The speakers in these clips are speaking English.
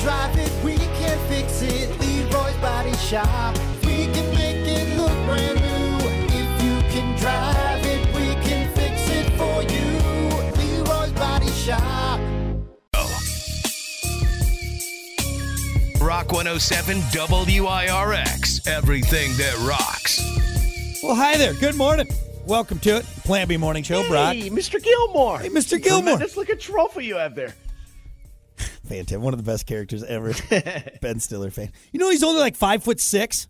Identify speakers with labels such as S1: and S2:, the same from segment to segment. S1: drive it, we can fix it. Leroy's Body Shop. We can make it look brand new. If you can drive it, we can fix it for you. Leroy's Body Shop.
S2: Rock 107 WIRX. Everything that rocks.
S3: Well, hi there. Good morning. Welcome to it, Plan B Morning Show. Brock,
S4: Hey, Mr. Gilmore.
S3: Hey, Mr. Gilmore.
S4: Let's look at trophy you have there.
S3: fantastic, one of the best characters ever. ben Stiller fan. You know he's only like five foot six.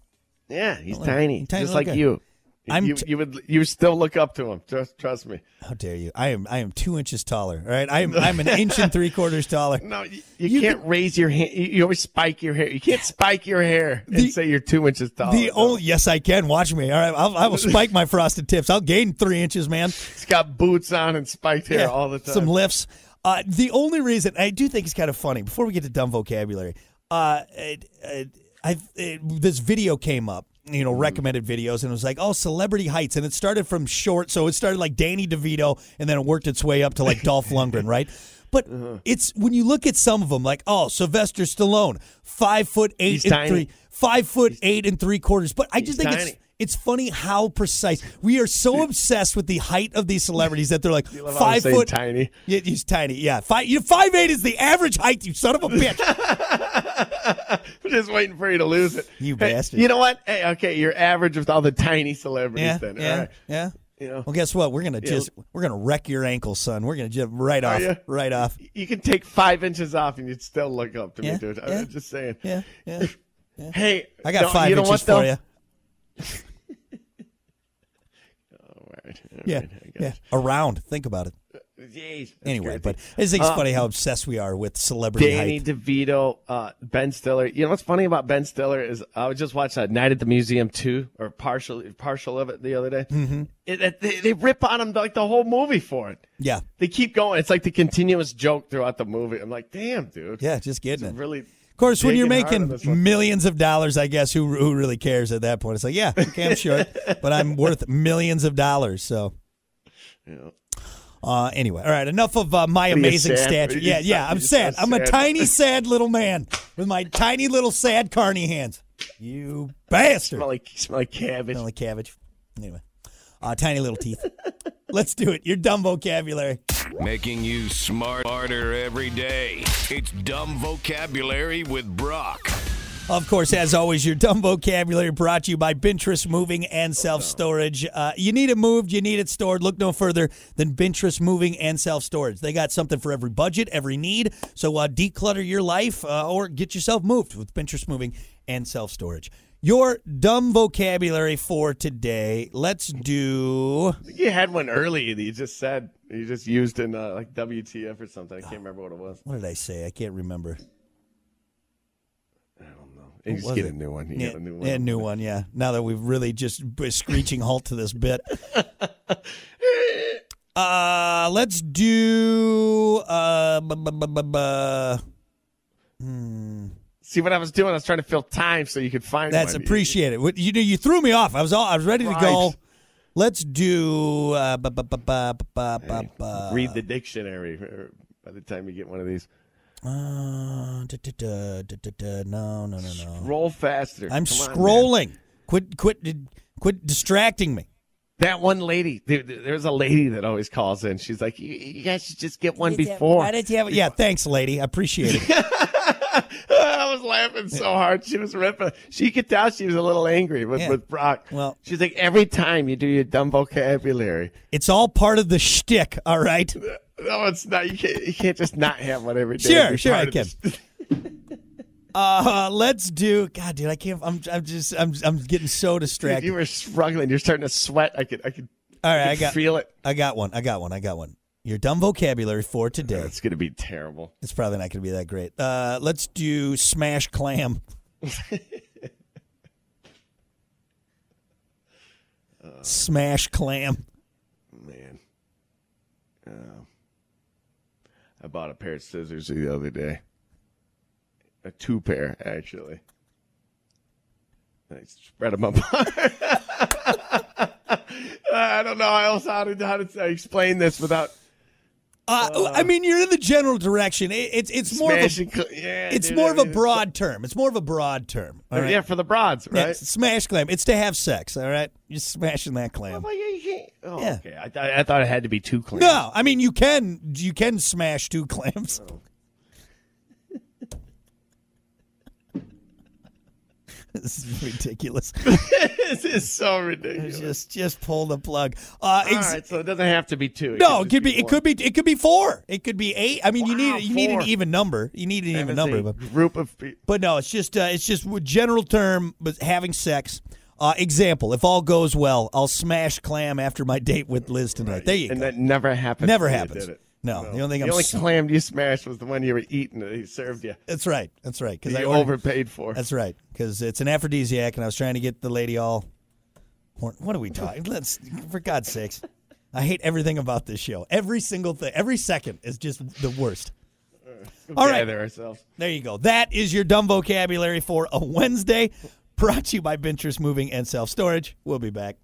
S4: Yeah, he's
S3: Look,
S4: tiny,
S3: tiny little
S4: just like
S3: guy.
S4: you.
S3: I'm
S4: you,
S3: t-
S4: you would you would still look up to him. Trust, trust me.
S3: How dare you? I am I am two inches taller. All right, I am I'm an inch and three quarters taller.
S4: No, you, you,
S3: You
S4: can't raise your hand. You, you always spike your hair. You can't spike your hair and
S3: The-
S4: say you're two inches tall.
S3: The only yes, I can watch me. All right, I'll, I will spike my frosted tips. I'll gain three inches, man.
S4: He's got boots on and spiked hair all the time.
S3: Some lifts. Uh, the only reason I do think it's kind of funny. Before we get to dumb vocabulary, uh, it, it, I it, this video came up. You
S4: Mm-hmm.
S3: know, recommended videos, and it was like, oh, celebrity heights, and it started from short, so it started like Danny DeVito, and then it worked its way up to like Dolph Lundgren, right? But
S4: Uh-huh.
S3: it's when you look at some of them, like oh, Sylvester Stallone, five foot eight
S4: He's
S3: and
S4: tiny.
S3: three, five foot eight and three quarters. But I just
S4: he's
S3: think it's
S4: tiny.
S3: it's funny how precise we are so obsessed with the height of these celebrities that they're like
S4: love how I
S3: five
S4: say
S3: foot
S4: tiny.
S3: Yeah, he's tiny. Yeah, five. You five eight is the average height. You son of a bitch.
S4: I'm just waiting for you to lose it.
S3: You
S4: Hey,
S3: bastard.
S4: You know what? Hey, okay, you're average with all the tiny celebrities.
S3: yeah,
S4: then,
S3: yeah,
S4: all right.
S3: yeah.
S4: You know.
S3: Well, guess what? We're gonna just we're gonna wreck your ankle, son. We're gonna just right off,
S4: Oh, yeah?
S3: right off.
S4: You can take five inches off and you'd still look up to
S3: Yeah,
S4: me, dude. I'm
S3: yeah.
S4: just saying.
S3: Yeah, yeah.
S4: Hey,
S3: I got
S4: no,
S3: five
S4: you know
S3: inches for
S4: what, though?
S3: you.
S4: All right, all
S3: Yeah,
S4: right, I got
S3: yeah. Around. Think about it.
S4: you. Jeez, that's
S3: Anyway,
S4: crazy.
S3: but I just think it's funny how obsessed we are with celebrity
S4: Danny
S3: height.
S4: DeVito, uh, Ben Stiller. You know what's funny about Ben Stiller is I was just watching a Night at the Museum two or partial partial of it the other day. Mm-hmm. It, it- they, they rip on him like the whole movie for it.
S3: Yeah,
S4: They keep going. It's like the continuous joke throughout the movie. I'm like, damn, dude.
S3: yeah. Just getting it.
S4: Really.
S3: Of course, when you're
S4: digging hard on
S3: making
S4: this one.
S3: millions of dollars, I guess who who really cares at that point? It's like, yeah, okay, I'm short, but I'm worth millions of dollars. So,
S4: Yeah.
S3: uh, anyway, all right, enough of uh, my
S4: What are you,
S3: amazing
S4: sad?
S3: stature.
S4: Are you
S3: Yeah,
S4: sad?
S3: yeah,
S4: Are
S3: I'm
S4: you so
S3: sad. I'm a
S4: sad?
S3: tiny, sad little man with my tiny little sad carny hands. You bastard!
S4: Smell like smell like cabbage.
S3: Only cabbage. Anyway, uh, tiny little teeth. Let's do it. Your dumb vocabulary.
S2: Making you smarter every day. It's Dumb Vocabulary with Brock.
S3: Of course, as always, your dumb vocabulary brought to you by Bintress Moving and Self Storage. Uh, you need it moved, you need it stored. Look no further than Bintress Moving and Self Storage. They got something for every budget, every need. So uh, declutter your life uh, or get yourself moved with Bintress Moving and Self Storage. Your dumb vocabulary for today. Let's do.
S4: You had one early that you just said you just used in uh, like WTF or something.
S3: Ah.
S4: I can't remember what it was.
S3: What did I say? I can't remember.
S4: You just
S3: was
S4: get
S3: it?
S4: a new one. You
S3: Yeah,
S4: get a new one.
S3: yeah, new one. Yeah. Now that we've really just screeching halt to this bit. Uh, let's do. Uh, bu- bu- bu- bu- bu-
S4: See what I was doing? I was trying to fill time so you could find
S3: that's
S4: one.
S3: appreciated. What- You know, you threw me off. I was all. I was ready to go.
S4: Right.
S3: Let's do. Uh, bu- bu- bu- bu- bu- bu- bu- bu-
S4: Read the dictionary or- by the time you get one of these.
S3: Uh, da- da- da- da- da- da. No, no, no, no.
S4: Roll faster.
S3: Uh, I'm
S4: Come on, man.
S3: scrolling. Quit, quit, quit distracting me.
S4: that one lady. There, there's a lady that always calls in. She's like, you, you guys should just get one before.
S3: Why did you have? Yeah, thanks, lady. I appreciate it.
S4: I was laughing so hard. She was ripping. She could tell she was a little angry with,
S3: Yeah.
S4: with Brock.
S3: Well-
S4: she's like, every time you do your dumb vocabulary.
S3: It's all part of the shtick, all right?
S4: No, it's not. You can't, you can't just not have one every day.
S3: Sure,
S4: It'd be
S3: sure,
S4: part
S3: I
S4: of
S3: can.
S4: this-
S3: Uh, let's do. God, dude, I can't. I'm, I'm just. I'm. I'm getting so
S4: If
S3: distracted.
S4: you were struggling. You're starting to sweat. I could. I could.
S3: All
S4: I
S3: right, I
S4: could
S3: got.
S4: feel it.
S3: I got one. I got one. I got one. Your dumb vocabulary for today.
S4: It's gonna be terrible.
S3: It's probably not going to be that great. Uh, let's do smash clam. smash clam.
S4: man. Um, I bought a pair of scissors the other day. A two pair, actually. And I spread them apart. I don't know how else how to, how to explain this without
S3: Uh, I mean, you're in the general direction. It, it's it's more of a,
S4: Smashing cl- yeah,
S3: it's
S4: dude,
S3: more of a
S4: everything.
S3: broad term. It's more of a broad term. All right.
S4: Yeah, for the broads,
S3: Yeah,
S4: right?
S3: smash clam. It's to have sex. All right, you're smashing that clam.
S4: Well, yeah, you can't. Oh,
S3: Yeah.
S4: okay. I, th- I thought it had to be two clean.
S3: No, I mean you can you can smash two clams.
S4: Oh.
S3: this is ridiculous.
S4: this is so ridiculous.
S3: just just pull the plug. Uh,
S4: All
S3: ex-
S4: right, so it doesn't have to be two.
S3: No, it could be. It
S4: one.
S3: could be. It could be four. It could be eight. I mean, you
S4: Wow,
S3: need you need an
S4: four.
S3: even number. You need an even
S4: It's
S3: number.
S4: a
S3: But,
S4: group of pe-
S3: but no, it's just uh, it's just a general term. But having sex. Uh, example: If all goes well, I'll smash clam after my date with Liz tonight. There you
S4: and
S3: go.
S4: that never happened.
S3: Never
S4: to you,
S3: happens.
S4: did it?
S3: No, the only thing
S4: the
S3: I'm
S4: only
S3: s-
S4: clam you smashed was the one you were eating that he served you.
S3: That's right. That's right. Because
S4: That
S3: I
S4: you
S3: ordered-
S4: overpaid for.
S3: That's right, because it's an aphrodisiac, and I was trying to get the lady all. horn- What are we talking? Let's, for God's sakes, I hate everything about this show. Every single thing, every second is just the worst. All right.
S4: Gather ourselves.
S3: There you go. That is your dumb vocabulary for a Wednesday. Brought to you by Ventures Moving and Self Storage. We'll be back.